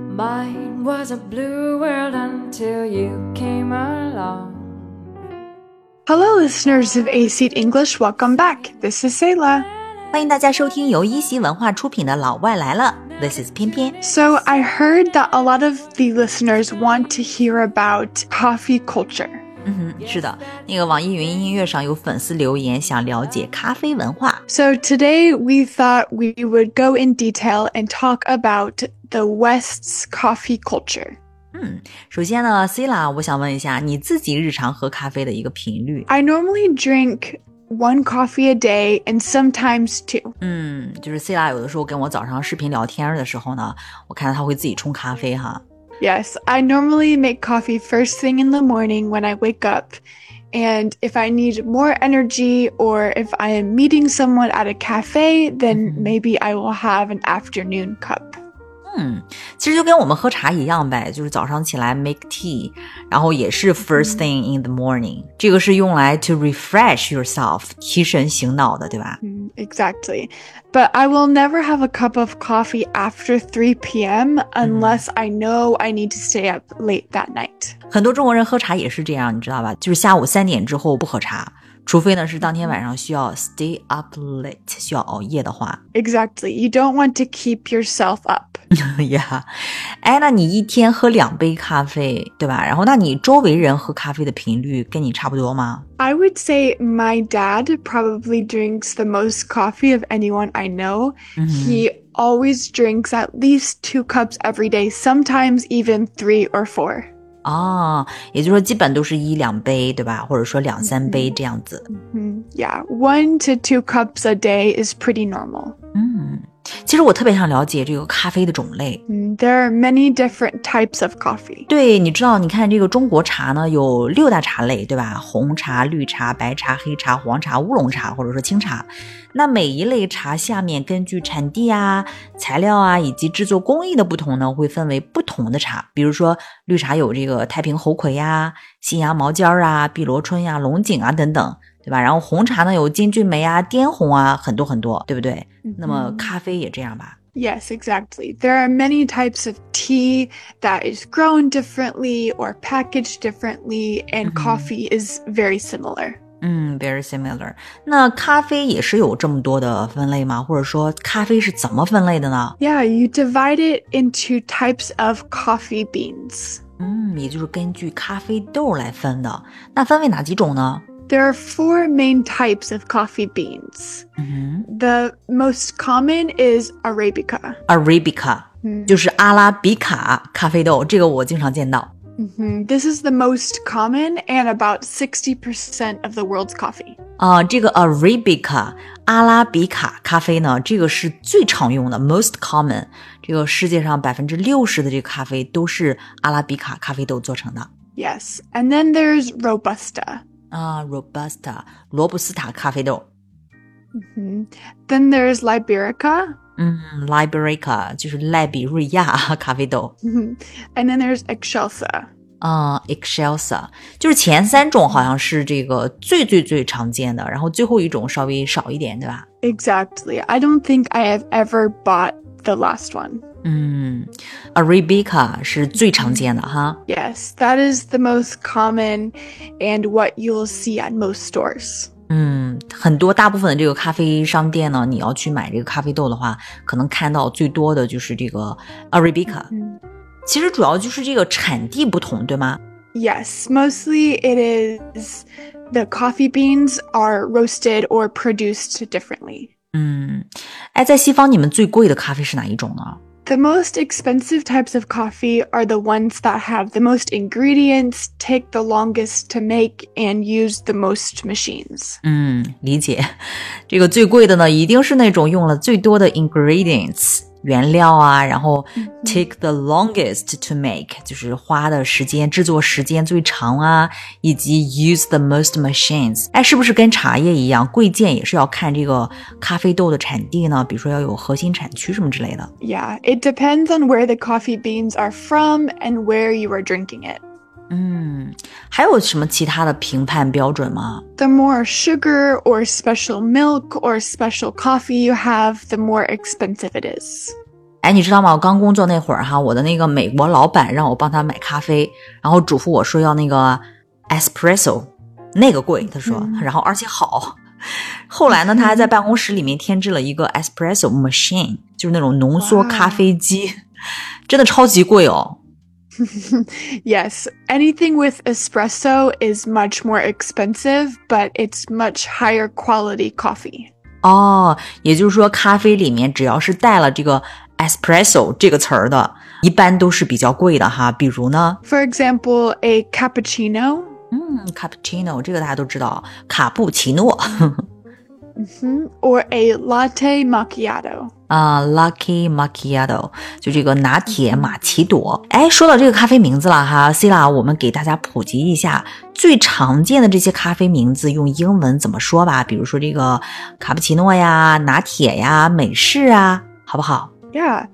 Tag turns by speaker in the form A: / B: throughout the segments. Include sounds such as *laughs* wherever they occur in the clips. A: Mine was a blue world until you came along.
B: Hello, listeners of A Seat English. Welcome back. This is Sayla.
C: 欢迎大家收听由一席文化出品的《老外来了》，This is 偏偏。
B: So, I heard that a lot of the listeners want to hear about coffee culture.
C: 嗯哼，是的，那个网易云音乐上有粉丝留言想了解咖啡文化。
B: So, today we thought we would go in detail and talk about the West's coffee culture.
C: 嗯，首先呢，Cila，我想问一下你自己日常喝咖啡的一个频率。
B: I normally drink one coffee a day and sometimes two.
C: 嗯，就是 Cila 有的时候跟我早上视频聊天的时候呢，我看到她会自己冲咖啡哈。
B: Yes, I normally make coffee first thing in the morning when I wake up. And if I need more energy or if I am meeting someone at a cafe, then maybe I will have an afternoon cup.
C: 嗯，其实就跟我们喝茶一样呗，就是早上起来 make tea，然后也是 first thing in the morning，这个是用来 to refresh yourself，提神醒脑的，对吧？
B: Mm, Exactly. But I will never have a cup of coffee after 3 p.m. unless I know I need to stay up late that night.
C: 很多中国人喝茶也是这样，你知道吧？就是下午三点之后不喝茶，除非呢是当天晚上需要 stay up late，需要熬夜的话。 *laughs*
B: Exactly. You don't want to keep yourself up.
C: 呀，哎，那你一天喝两杯咖啡，对吧？然后，那你周围人喝咖啡的频率跟你差不多吗？
B: I would say my dad probably drinks the most coffee of anyone I know.
C: 嗯哼
B: He always drinks at least two cups every day, sometimes even three or four.
C: 哦，也就是说基本都是一两杯，对吧？或者说两三杯这样子。
B: Hmm, yeah, one to two cups a day is pretty normal.
C: 嗯，其实我特别想了解这个咖啡的种类。
B: Hmm, There are many different types of coffee.
C: 对，你知道，你看这个中国茶呢，有六大茶类，对吧？红茶、绿茶、白茶、黑茶、黄茶、乌龙茶，或者说清茶。那每一类茶下面根据产地啊、材料啊以及制作工艺的不同呢，会分为不同的茶。比如说，绿茶有这个太平猴魁呀、信阳毛尖儿啊、碧螺春呀、龙井啊等等，对吧？然后红茶呢有金骏眉啊、滇红啊，很多很多，对不对？那么
B: Mhm.
C: 咖啡也这样吧？
B: Yes, exactly. There are many types of tea that is grown differently or packaged differently, and
C: Mhm.
B: coffee is very similar.
C: 嗯，very similar。那咖啡也是有这么多的分类吗？或者说咖啡是怎么分类的呢？
B: Yeah, you divide it into types of coffee beans.
C: 嗯，也就是根据咖啡豆来分的。那分为哪几种呢？
B: There are four main types of coffee beans.
C: 嗯
B: The most common is Arabica.
C: 哼，Arabica 就是阿拉比卡咖啡豆，这个我经常见到。
B: Mhm. This is the most common and about 60% of the world's coffee.
C: 啊、这个 Arabica 阿拉比卡咖啡呢，这个是最常用的，most common。这个世界上百分之六十的这个咖啡都是阿拉比卡咖啡豆做成的。
B: Yes. And then there's Robusta.
C: 啊、r o b u s t a 罗布斯塔咖啡豆。
B: Mhm. Then there's Liberica.
C: 嗯，Liberica 就是赖比瑞亚 *laughs* 咖啡豆，
B: Mhm. And then there's Excelsa.
C: 啊 e x c e l s a 就是前三种好像是这个最最最常见的，然后最后一种稍微少一点，对吧？
B: Exactly. I don't think I have ever bought the last one.
C: 嗯，Arabica 是最常见的哈。
B: Yes, that is the most common and what you will see at most stores.
C: 嗯，很多大部分的这个咖啡商店呢，你要去买这个咖啡豆的话，可能看到最多的就是这个 Arabica。其
B: Mm.
C: 实主要就是这个产地不同，对吗？
B: Yes, mostly it is the coffee beans are roasted or produced differently.
C: 嗯，哎，在西方你们最贵的咖啡是哪一种呢？
B: The most expensive types of coffee are the ones that have the most ingredients, take the longest to make, and use the most machines.
C: 嗯，理解。 *laughs* 这个最贵的呢，一定是那种用了最多的 ingredients 原料啊，然后
B: 嗯
C: take the longest to make，就是花的时间、制作时间最长啊，以及 use the most machines。哎，是不是跟茶叶一样，贵贱也是要看这个咖啡豆的产地呢？比如说要有核心产区什么之类的。
B: Yeah, it depends on where the coffee beans are from and where you are drinking it.
C: 嗯，还有什么其他的评判标准吗？
B: The more sugar or special milk or special coffee you have, the more expensive it is.
C: 哎，你知道吗？我刚工作那会儿哈，我的那个美国老板让我帮他买咖啡，然后嘱咐我说要那个 espresso，那个贵，他说，
B: 嗯
C: 然后而且好。后来呢，他还在办公室里面添置了一个 espresso machine，就是那种浓缩
B: 哇
C: 咖啡机，真的超级贵哦。
B: Yes, anything with espresso is much more expensive, but it's much higher quality coffee.
C: 哦，也就是说，咖啡里面只要是带了这个 espresso 这个词儿的，一般都是比较贵的哈。比如呢，
B: For example, a cappuccino.
C: 嗯，cappuccino 这个大家都知道，卡布奇诺
B: mhm, Or a latte macchiato.
C: 啊、l u c k y macchiato 就这个拿铁玛奇朵。哎，说到这个咖啡名字了哈，Sila，我们给大家普及一下最常见的这些咖啡名字用英文怎么说吧？比如说这个卡布奇诺呀、拿铁呀、美式啊，好不好？
B: Yeah,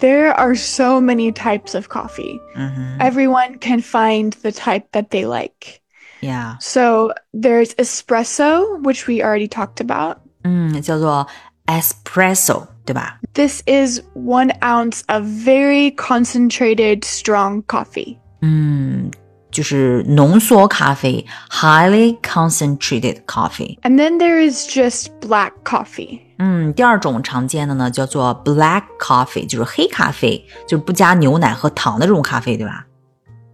B: there are so many types of coffee.
C: 嗯哼
B: Everyone can find the type that they like.
C: ，Yeah。
B: So there's espresso, which we already talked about.
C: 嗯，叫做 espresso，对吧？
B: This is one ounce of very concentrated, strong coffee.
C: 嗯，就是浓缩咖啡，highly concentrated coffee。
B: And then there is just black coffee.
C: 嗯，第二种常见的呢叫做 black coffee，就是黑咖啡，就是不加牛奶和糖的这种咖啡，对吧？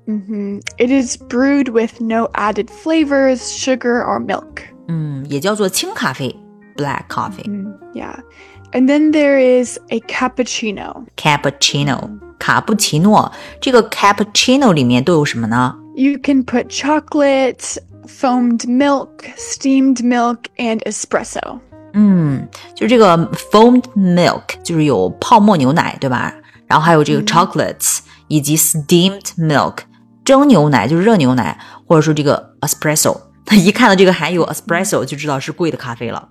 B: Mhm. It is brewed with no added flavors, sugar, or milk.
C: 嗯，也叫做轻咖啡 black coffee
B: Mm, yeah. And then there is a cappuccino.
C: cappuccino。卡布奇诺，这个 cappuccino 里面都有什么呢？
B: You can put chocolate, foamed milk, steamed milk, and espresso.
C: 嗯，就这个 foamed milk，就是有泡沫牛奶，对吧？然后还有这个
B: 嗯
C: chocolates，、以及 steamed milk，蒸牛奶就是热牛奶，或者说这个 espresso。一 *laughs* 看到这个含有
B: 嗯
C: espresso 就知道是贵的咖啡了，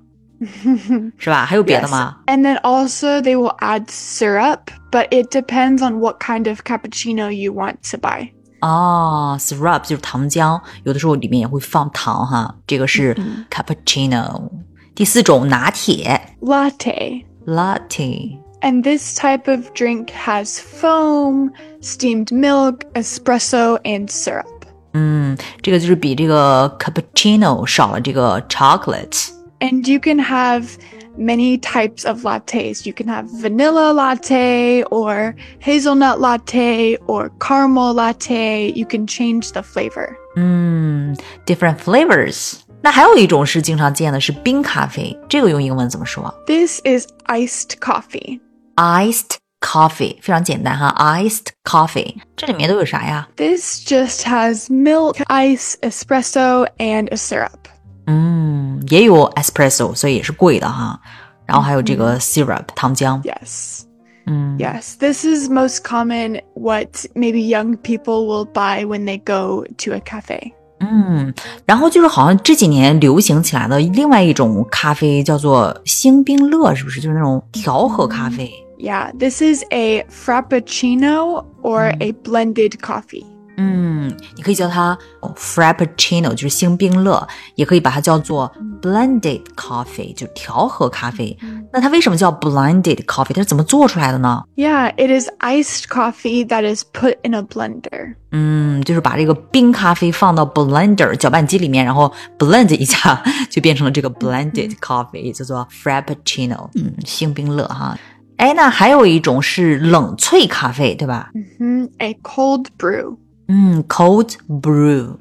C: 是吧？还有别的
B: Yes.
C: 吗
B: And then also they will add syrup, but it depends on what kind of cappuccino you want to buy.
C: 哦，syrup 就是糖浆，有的时候里面也会放糖哈。这个是
B: 嗯
C: cappuccino。第四种拿铁
B: Latte.
C: latte，
B: And this type of drink has foam, steamed milk, espresso, and syrup.
C: 嗯，这个就是比这个 cappuccino 少了这个 chocolate。
B: And you can have many types of lattes. You can have vanilla latte or hazelnut latte or caramel latte. You can change the flavor.
C: 嗯，different flavors。那还有一种是经常见的是冰咖啡，这个用英文怎么说
B: This is iced coffee.
C: ？Iced coffee，非常简单哈，iced coffee。这里面都有啥呀？
B: This just has milk, ice, espresso, and a syrup.
C: 嗯，也有 espresso，所以也是贵的哈。然后还有这个 syrup 糖浆，
B: Yes.
C: 嗯
B: Yes. This is most common what maybe young people will buy when they go to a cafe.
C: 嗯。然后就是好像这几年流行起来的另外一种咖啡叫做星冰乐，是不是？就是那种调和咖啡。
B: Yeah. This is a frappuccino or
C: Mm.
B: a blended coffee.
C: 嗯，你可以叫它哦 frappuccino，就是星冰乐，也可以把它叫做 blended coffee，就调和咖啡。那它为什么叫 blended coffee？它是怎么做出来的呢？
B: Yeah. It is iced coffee that is put in a blender.
C: 嗯，就是把这个冰咖啡放到 blender 搅拌机里面，然后 blend 一下， *laughs* 就变成了这个 blended coffee，也叫做 frappuccino。嗯，星冰乐哈。哎，那还有一种是冷萃咖啡，对吧？
B: hmm A cold brew.
C: 嗯，cold brew，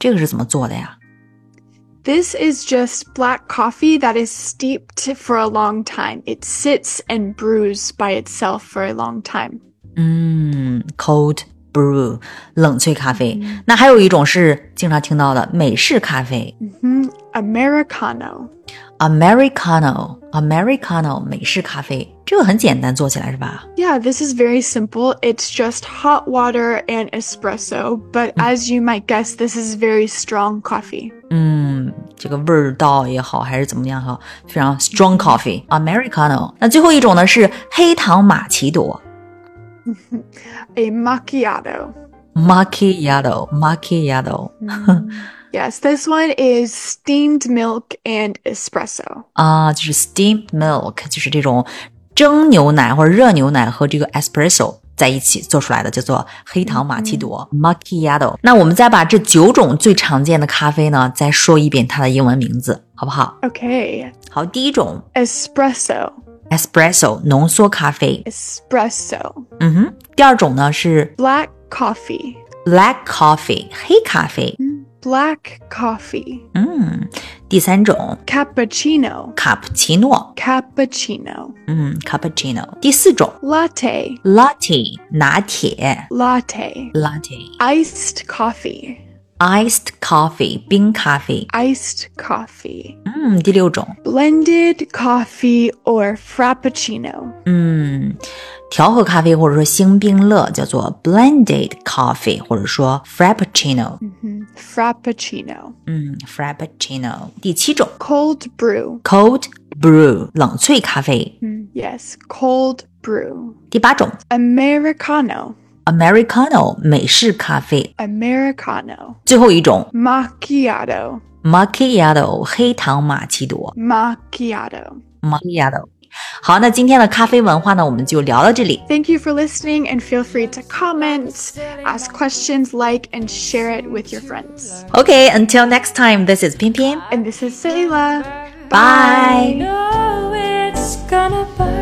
C: 这个是怎么做的呀？
B: This is just black coffee that is steeped for a long time. It sits and brews by itself for a long time.
C: 嗯，cold brew 冷萃咖啡。那还有一种是经常听到的美式咖啡
B: hmm Americano.
C: ，Americano Americano 美式咖啡，这个很简单做起来是吧？
B: Yeah, this is very simple. It's just hot water and espresso, but as you might guess, this is very strong coffee.
C: 嗯，这个味道也好，还是怎么样哈，非常 strong coffee Americano。那最后一种呢是黑糖玛奇朵
B: A macchiato.
C: Macchiato Macchiato。
B: yes, this one is steamed milk and espresso.
C: 啊，就是 steamed milk，就是这种蒸牛奶或者热牛奶和这个 espresso 在一起做出来的，叫做黑糖玛奇朵 （macchiato）。那我们再把这九种最常见的咖啡呢，再说一遍它的英文名字，好不好？
B: Okay.
C: 好，第一种
B: Espresso.
C: espresso 浓缩咖啡，
B: Espresso.
C: 嗯哼。第二种呢是
B: Black coffee.
C: black coffee 黑咖啡，
B: Mm, Black coffee.
C: 嗯。第三种
B: Cappuccino.
C: 卡布奇诺，
B: Cappuccino.
C: 嗯，cappuccino。第四种
B: Latte.
C: latte 拿铁
B: Latte.
C: latte。
B: Iced coffee.
C: iced coffee 冰咖啡。
B: Iced coffee.
C: 嗯，第六种，
B: Blended coffee or frappuccino.
C: 嗯，调和咖啡或者说星冰乐叫做 blended coffee，或者说 frappuccino。
B: hmm Frappuccino.
C: 嗯，frappuccino。第七种
B: Cold brew.
C: ，cold brew 冷萃咖啡。
B: Mm, Yes, cold brew.
C: 第八种
B: Americano.
C: ，americano 美式咖啡。
B: Americano.
C: 最后一种
B: Macchiato.
C: macchiato 黑糖玛奇朵
B: Macchiato.
C: macchiato。好，那今天的咖啡文化呢，我们就聊到这里。
B: Thank you for listening and feel free to comment, ask questions, like, and share it with your friends.
C: OK，until、next time，this is 偏偏。
B: And this is Sayla.
C: Bye.
A: know it's gonna burn.